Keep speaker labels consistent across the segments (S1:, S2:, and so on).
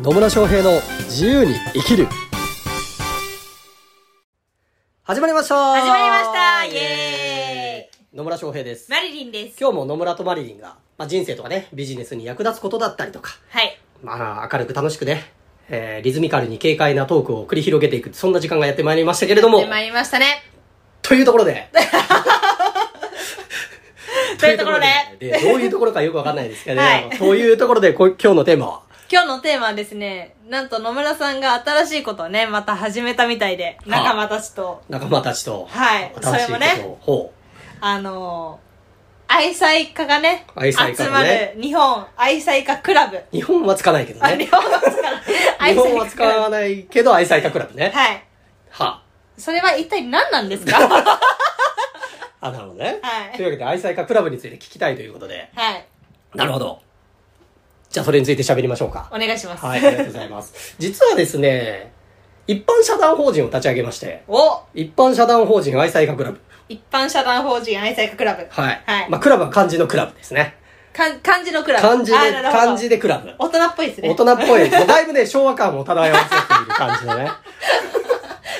S1: 野村翔平の自由に生きる始まりました
S2: 始まりましたイエ
S1: ーイ野村翔平です
S2: マリリンです。
S1: 今日も野村とマリリンが、まあ、人生とかねビジネスに役立つことだったりとか
S2: はい。
S1: まあ明るく楽しくね、えーリズミカルに軽快なトークを繰り広げていくそんな時間がやってまいりましたけれども
S2: やってまいりましたね。
S1: というところで
S2: というところで
S1: でどういうところかよくわかんないですけど、ね
S2: はい
S1: というところでこ今日のテーマは
S2: 今日のテーマはですね、なんと野村さんが新しいことをね、また始めたみたいで、
S1: い
S2: 仲間たちと、
S1: 仲間たちと
S2: はい
S1: 新しい
S2: そ
S1: こ
S2: れも
S1: とを
S2: ね
S1: ほう
S2: あのー、愛妻家がね、
S1: 愛妻家
S2: 集
S1: の
S2: ま
S1: ね
S2: る日本愛妻家クラブ。
S1: 日本はつかないけど
S2: あ、日
S1: ね
S2: 本は使わない。
S1: 日
S2: 愛
S1: 本は
S2: 妻家
S1: 使
S2: クラ
S1: わないけど愛妻家クラブ
S2: ブ。
S1: ね
S2: はい。
S1: は
S2: それは一体何なんですかは
S1: あなるほどね、
S2: はい
S1: というわけで愛妻家クラブについて聞きたいということで
S2: い。
S1: なるほどじゃあそれについて喋りましょうか
S2: お願いします。
S1: はいありがとうございます 実はですね一般社団法人を立ち上げまして
S2: お
S1: 一般社団法人愛妻家クラブ
S2: 一般社団法人愛妻家クラブ。
S1: はい、
S2: はい
S1: まあクラブは漢字のクラブですね
S2: かん漢字のクラブ。
S1: 漢字で
S2: あなるほど
S1: 漢字でクラブ
S2: 大人っぽいですね。
S1: 大人っぽい。もうだいぶね、昭和感を漂わせている感じのね。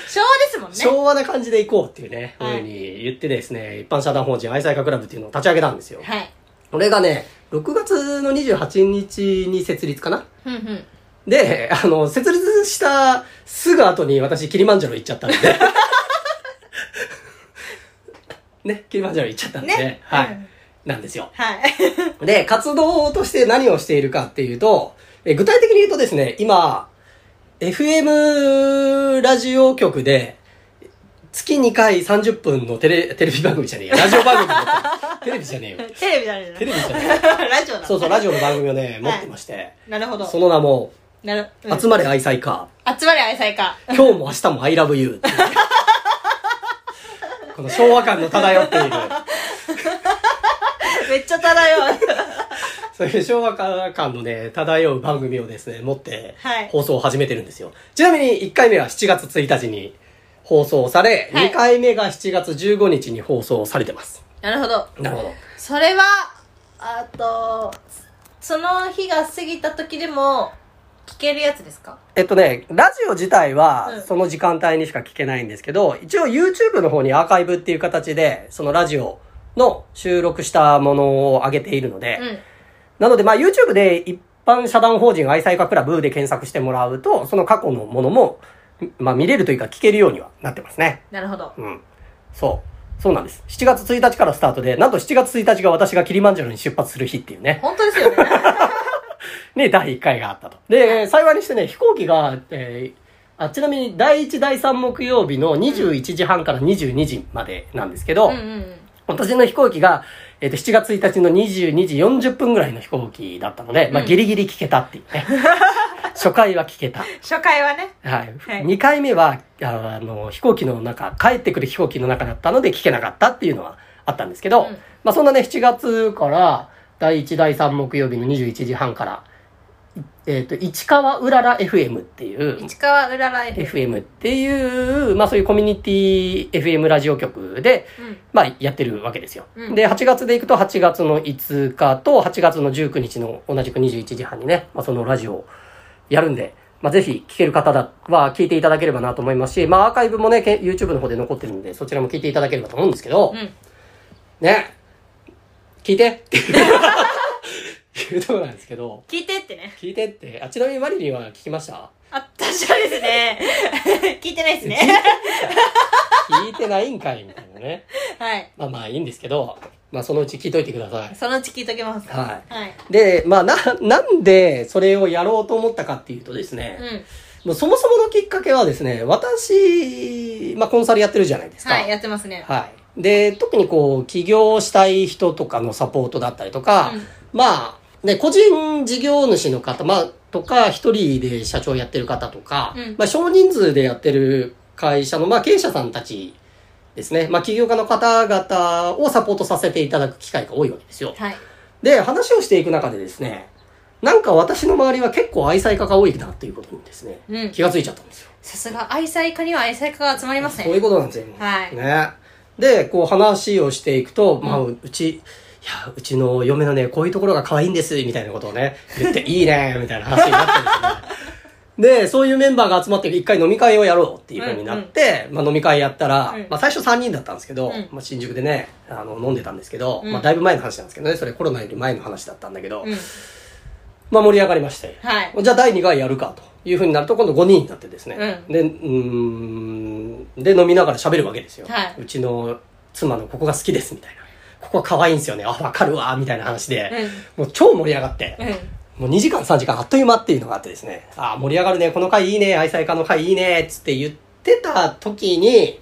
S2: 昭和ですもんね。
S1: 昭和な感じでいこうっていうね、
S2: はい
S1: ふうに言ってですね、一般社団法人愛妻家クラブっていうのを立ち上げたんですよ。
S2: はい。
S1: これがね、6月の28日に設立かな
S2: ふんふん。
S1: で、あの、設立したすぐ後に私、キリマンジャロ行っちゃったんで。 ね、キリマンジャロ行っちゃったんで、
S2: ね
S1: はい、
S2: うん
S1: なんですよ。
S2: はい。
S1: で、活動として何をしているかっていうと、え具体的に言うとですね、今、FM ラジオ局で、月2回30分のテレ、テレビ番組じゃねえや。ラジオ番組だ った。テレビじゃねえよ。
S2: テレビじゃ ないの
S1: テレビじゃねえよ。
S2: ラジオなの
S1: そうそう、ラジオの番組をね、持ってまして。
S2: なるほど。
S1: その名も、
S2: なる、うん
S1: 集まれ愛妻家。
S2: 集まれ愛妻家。
S1: 今日も明日も I love you っ ていう。この昭和感の漂っている、
S2: めっちゃ漂う。
S1: そういう昭和感のね、漂う番組をですね、持って
S2: はい
S1: 放送を始めてるんですよ。ちなみに1回目は7月1日に放送され、
S2: はい
S1: 2回目が7月15日に放送されてます。
S2: なるほど。
S1: なるほど。
S2: それは、あと、その日が過ぎた時でも、聞けるやつですか
S1: えっとね、ラジオ自体
S2: う
S1: は
S2: ん
S1: その時間帯にしか聞けないんですけど、一応 YouTube の方にアーカイブっていう形で、そのラジオの収録したものを上げているので、
S2: うん。
S1: なので、まあ、YouTube で一般社団法人愛妻家クラブで検索してもらうと、その過去のものも、まあ、見れるというか聞けるようにはなってますね。
S2: なるほど。
S1: うん。そう。そうなんです。7月1日からスタートで、なんと7月1日が私がキリマンジャロに出発する日っていうね、
S2: 本 当ですよね。
S1: ね、第1回があったと。で、幸いにしてね、飛行機が、えーあちなみに第1、第3木曜日の21時半から22時までなんですけど、
S2: うんうんうん。
S1: 私の飛行機が、えっと7月1日の22時40分ぐらいの飛行機だったので、まあ、
S2: うん
S1: ギリギリ聞けたって いうね初回は聞けた、
S2: 初回はね。
S1: はい
S2: はい
S1: 2回目はああの飛行機の中帰ってくる飛行機の中だったので聞けなかったっていうのはあったんですけど、
S2: うん
S1: まあ、そんなね7月から第1第3木曜日の21時半から、えっと市川うらら FM っていう
S2: 市川うらら F。
S1: FM っていう、まあそういうコミュニティ FM ラジオ局で、
S2: うん。
S1: まあ、やってるわけですよ、
S2: うん
S1: で、8月で行くと8月の5日と8月の19日の同じく21時半にね、まあ、そのラジオをやるんで、まあ、ぜひ聞ける方だは聞いていただければなと思いますし、まあ、アーカイブもね、け YouTube の方で残ってるんで、そちらも聞いていただければと思うんですけど、
S2: うん。
S1: ね、聞いてっていういうところなんですけど、
S2: 聞いてってね。
S1: 聞いてって、あ、ちなみにマリリンは聞きました
S2: あ、確かですね。 聞いてないですね。
S1: 聞いてないんかいみたいなね。
S2: はい。
S1: まあまあいいんですけど、まあそのうち聞いといてください。
S2: そのうち聞いときます。
S1: はい。
S2: はい。
S1: で、まあ、な、 なんでそれをやろうと思ったかっていうとです
S2: う
S1: ね、
S2: ん。
S1: もうそもそものきっかけはですね、私、まあ、コンサルやってるじゃないですか。
S2: はい、やってますね。
S1: はいで、特にこう、起業したい人とかのサポートだったりとか、
S2: うん
S1: まあ、ね、個人事業主の方、まあ、とか、一人で社長やってる方とか、
S2: うん
S1: まあ、少人数でやってる会社の、まあ、経営者さんたちですね、まあ、起業家の方々をサポートさせていただく機会が多いわけですよ。
S2: はい。
S1: で、話をしていく中でですね、なんか私の周りは結構愛妻家が多いなっていうことにですね、
S2: うん
S1: 気がついちゃったんですよ。
S2: さすが愛妻家には愛妻家が集まります
S1: そうい
S2: ね
S1: うことなんですよ。
S2: はい
S1: ね。で、こう話をしていくと、まあ、うち、いや、うち の嫁のね、こういうところが可愛いんです、みたいなことをね、言って、いいね、みたいな話になってですね。で、そういうメンバーが集まって一回飲み会をやろうっていう風になって、まあ飲み会やったら、
S2: うん
S1: まあ最初3人だったんですけど、
S2: うん
S1: まあ新宿でね、あの、飲んでたんですけど、
S2: うん
S1: まあだいぶ前の話なんですけどね、それコロナより前の話だったんだけど、
S2: うん。
S1: まあ盛り上がりまして、
S2: はい。
S1: じゃあ第2回やるかという風になると今度5人になってですね、
S2: う
S1: で、うーん、で飲みながら喋るわけですよ、
S2: はいう
S1: ちの妻のここが好きですみたいな。ここは可愛いんですよね。あ、わかるわ、みたいな話で、もう超盛り上がって、
S2: うん。うん。
S1: もう2時間3時間あっという間っていうのがあってですね、ああ、盛り上がるね、この回いいね、愛妻家の回いいね、つって言ってた時に、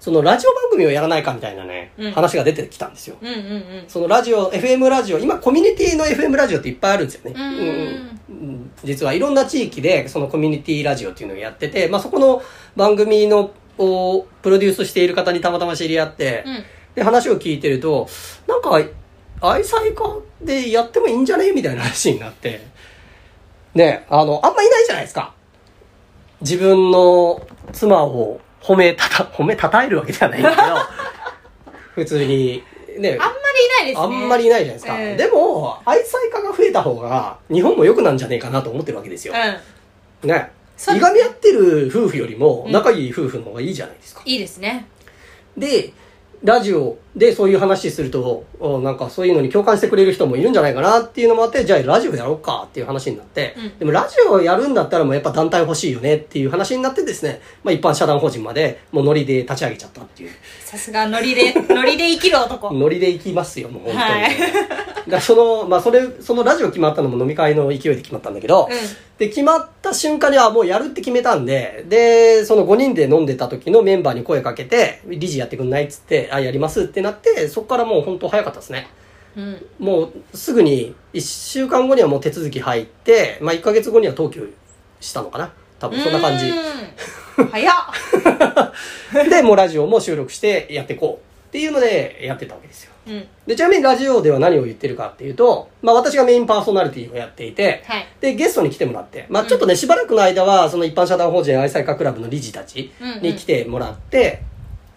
S1: そのラジオ番組をやらないかみたいなね、
S2: うん
S1: 話が出てきたんですよ。
S2: うんうんうん。
S1: そのラジオ、FM ラジオ、今コミュニティの FM ラジオっていっぱいあるんですよね。
S2: うん
S1: うん実はいろんな地域でそのコミュニティラジオっていうのをやってて、まあそこの番組のをプロデュースしている方にたまたま知り合って、
S2: うん。
S1: で、話を聞いてると、なんか、愛妻家でやってもいいんじゃねみたいな話になって。ね、あの、あんまいないじゃないですか。自分の妻を褒めたた、褒めたたえるわけじゃないん だけど、普通に、ね
S2: あん、まりいないですね。
S1: あんまりいないじゃないですか。
S2: うん
S1: でも、愛妻家が増えた方が、日本も良くなんじゃねえかなと思ってるわけですよ。
S2: う
S1: ね。
S2: そう
S1: いがみ合ってる夫婦よりも、仲いい夫婦の方がいいじゃないですか。
S2: ん。いいですね。
S1: で、ラジオでそういう話すると、おなんかそういうのに共感してくれる人もいるんじゃないかなっていうのもあって、じゃあラジオやろうかっていう話になって、
S2: うん
S1: でもラジオやるんだったらもうやっぱ団体欲しいよねっていう話になってですね、まあ一般社団法人までもうノリで立ち上げちゃったっていう。
S2: さすがノリ で、ノリで生きる男。
S1: ノリで行きますよ、もう本当に。
S2: はい
S1: だからその、まあそれ、そのラジオ決まったのも飲み会の勢いで決まったんだけど、
S2: うん
S1: で、決まった瞬間にはもうやるって決めたんで、で、その5人で飲んでた時のメンバーに声かけて、理事やってくんないっつって、あ、やりますってなって、そこからもう本当早かったですね。
S2: うん。
S1: もうすぐに、1週間後にはもう手続き入って、まあ1ヶ月後には登記したのかな。多分そんな感じ。
S2: うん。早っ。
S1: で、もうラジオも収録してやっていこうっていうのでやってたわけですよ。
S2: うん。
S1: で、ちなみにラジオでは何を言ってるかっていうと、まあ私がメインパーソナリティをやっていて、
S2: はい。
S1: で、ゲストに来てもらって、まあちょっとね、しばらくの間は、その一般社団法人愛妻家クラブの理事たちに来てもらって、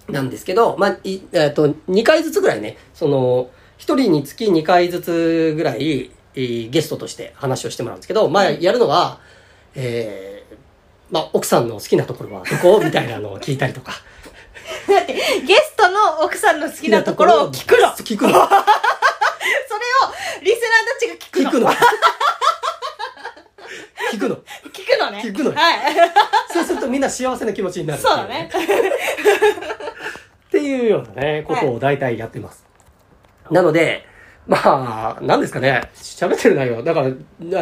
S1: なんですけど、まあ、いえっと、2回ずつぐらいね、その、一人につき2回ずつぐらい、えーゲストとして話をしてもらうんですけど、まあ、
S2: うん
S1: やるのは、えー、まあ、奥さんの好きなところはどこみたいなのを聞いたりとか。
S2: だって、ゲストの奥さんの好きなところを 聞くの。それ
S1: 聞くの
S2: を、リスナーたちが
S1: 聞
S2: 聞く
S1: く
S2: の。
S1: の聞くの
S2: 聞くのね。
S1: 聞くのよ
S2: はい。
S1: そうするとみんな幸せな気持ちになるってい
S2: そうだね。
S1: っていうようなね、ことを大体やってます。なので、まあ、なんですかね、喋ってる内容、だから、な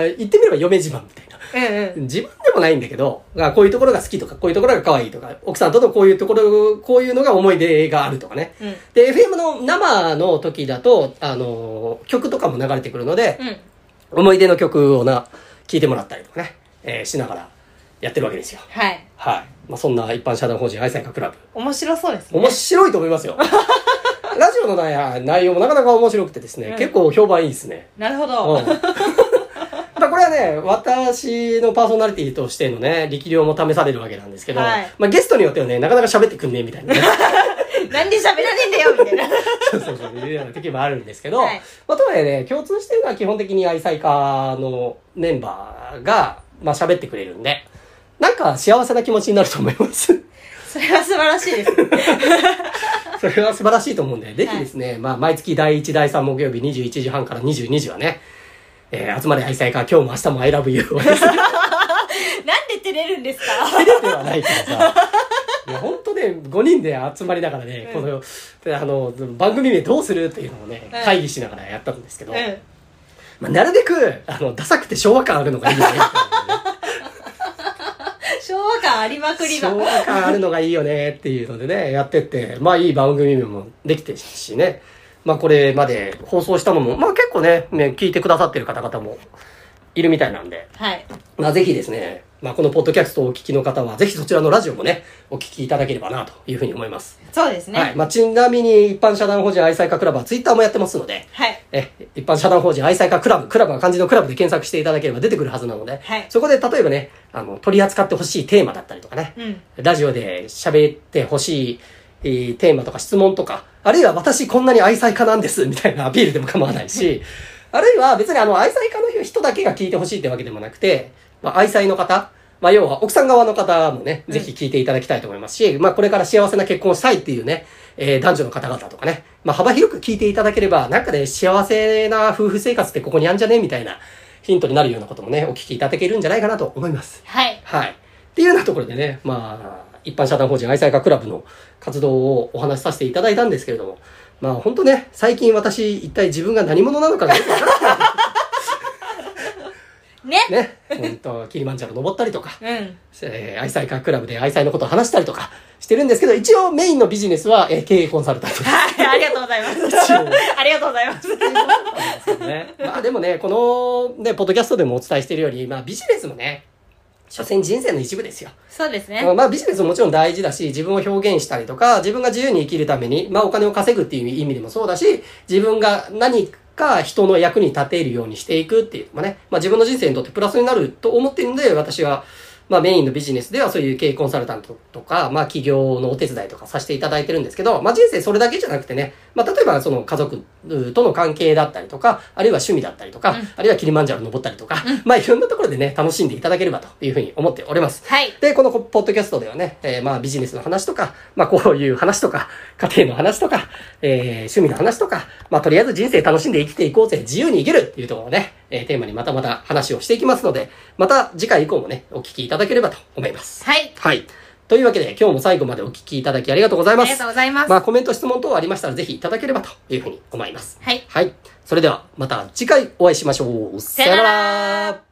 S1: 言ってみれば嫁自慢みたいな。
S2: うんうん。
S1: 自慢でもないんだけど、がこういうところが好きとか、こういうところが可愛いとか、奥さんとのこういうところ、こういうのが思い出があるとかね。
S2: うん。
S1: で、FM の生の時だと、あの、曲とかも流れてくるので、
S2: うん。
S1: 思い出の曲をな、聴いてもらったりとかね、えーしながらやってるわけですよ。
S2: はい。
S1: はい。まあ、そんな一般社団法人愛妻家クラブ。
S2: 面白そうですね。
S1: 面白いと思います よ。ラジオの内内容もなかなか面白くてですね、
S2: うん
S1: 結構評判いいですね。
S2: なるほ
S1: う
S2: ど。
S1: ん。だからこれはね、私のパーソナリティとしてのね、力量も試されるわけなんですけど、
S2: はい
S1: まあゲストによってはね、なかなか喋ってくんねえみたいなね、
S2: なんで喋らねえんだよ、みたいな。
S1: そうそうそう、いうような時もあるんですけど、
S2: はい
S1: まあとはいえね、共通してるのは基本的に愛妻家のメンバーが、まあ喋ってくれるんで、なんか幸せな気持ちになると思い ます。
S2: それは素晴らしいです。
S1: それは素晴らしいと思うんで、ぜひですね、まあ、毎月第1、第3木曜日21時半から22時はね、えー、集まれ愛妻家、今日も明日も I love you をですね、
S2: なんで照れるんですか
S1: 照れてはないけど さ、いや、本当ね、5人で集まりながらね、
S2: うん
S1: この、であの、番組名どうするっていうのをね
S2: うん、
S1: 会議しながらやったんですけど、
S2: うん。
S1: まあ、なるべく、あの、ダサくて昭和感あるのがいいよね。
S2: 昭和感ありまくりな。
S1: 昭和感あるのがいいよねっていうのでね、やってって、まあいい番組もできてるしね。まあこれまで放送したのも、まあ結構ね、ね聞いてくださってる方々もいるみたいなんで、
S2: はい。
S1: まあぜひですね、まあこのポッドキャストをお聞きの方は、ぜひそちらのラジオもね、お聞きいただければなというふうに思います。
S2: そうです
S1: はい。
S2: ね。
S1: まあちなみに一般社団法人愛妻家クラブはツイッターもやってますので、
S2: はい。
S1: え、一般社団法人愛妻家クラブ、クラブは漢字のクラブで検索していただければ出てくるはずなので、
S2: はい
S1: そこで例えばね、あの、取り扱ってほしいテーマだったりとかね、
S2: うん。
S1: ラジオで喋ってほしい、えーテーマとか質問とか、あるいは私こんなに愛妻家なんですみたいなアピールでも構わない し、あるいは別にあの愛妻家の人だけが聞いてほしいってわけでもなくて、まあ、愛妻の方、まあ、要は奥さん側の方もね、
S2: うん
S1: ぜひ聞いていただきたいと思いますし、まあ、これから幸せな結婚をしたいっていうね、えー男女の方々とかね、まあ、幅広く聞いていただければ、なんかね、幸せな夫婦生活ってここにあんじゃねみたいなヒントになるようなこともね、お聞きいただけるんじゃないかなと思います。
S2: はい。
S1: はい。っていうようなところでね、まあ、一般社団法人愛妻家クラブの活動をお話しさせていただいたんですけれども、まあ本当ね、最近私一体自分が何者なのかがよくわからなくなっ
S2: ね。
S1: てね、本当キリマンジャロ登ったりとか、
S2: うん。
S1: えー愛妻家クラブで愛妻のことを話したりとかしてるんですけど、一応メインのビジネスは、えー経営コンサルタントです。
S2: はい。 ありがとうございます。 ありがとうございます。
S1: まあでもね、このね、ポッドキャストでもお伝えしているように、まあビジネスもね、所詮人生の一部ですよ。
S2: そうですね。
S1: まあビジネスももちろん大事だし、自分を表現したりとか、自分が自由に生きるために、まあお金を稼ぐっていう意味でもそうだし、自分が何か人の役に立てるようにしていくっていうのもね、まあ自分の人生にとってプラスになると思っているので、私は、まあメインのビジネスではそういう経営コンサルタントとか、まあ企業のお手伝いとかさせていただいてるんですけど、まあ人生それだけじゃなくてね、まあ例えばその家族との関係だったりとか、あるいは趣味だったりとか、あるいはキリマンジャロ登ったりとか、まあいろんなところでね、楽しんでいただければというふうに思っております。
S2: はい。
S1: で、このポッドキャストではね、えーまあビジネスの話とか、まあこういう話とか、家庭の話とか、えー趣味の話とか、まあとりあえず人生楽しんで生きていこうぜ、自由に生きるっていうところをね、えーテーマにまたまた話をしていきますので、また次回以降もね、お聞きいただければと思います。
S2: はい。
S1: はい。というわけで今日も最後までお聞きいただきありがとうござい
S2: あ
S1: ま
S2: りが
S1: す
S2: とう。ございます。
S1: まあコメント、質問等ありましたらぜひいただければというふうに思います。
S2: はい。
S1: はい。それではまた次回お会いしましょう。
S2: さよなら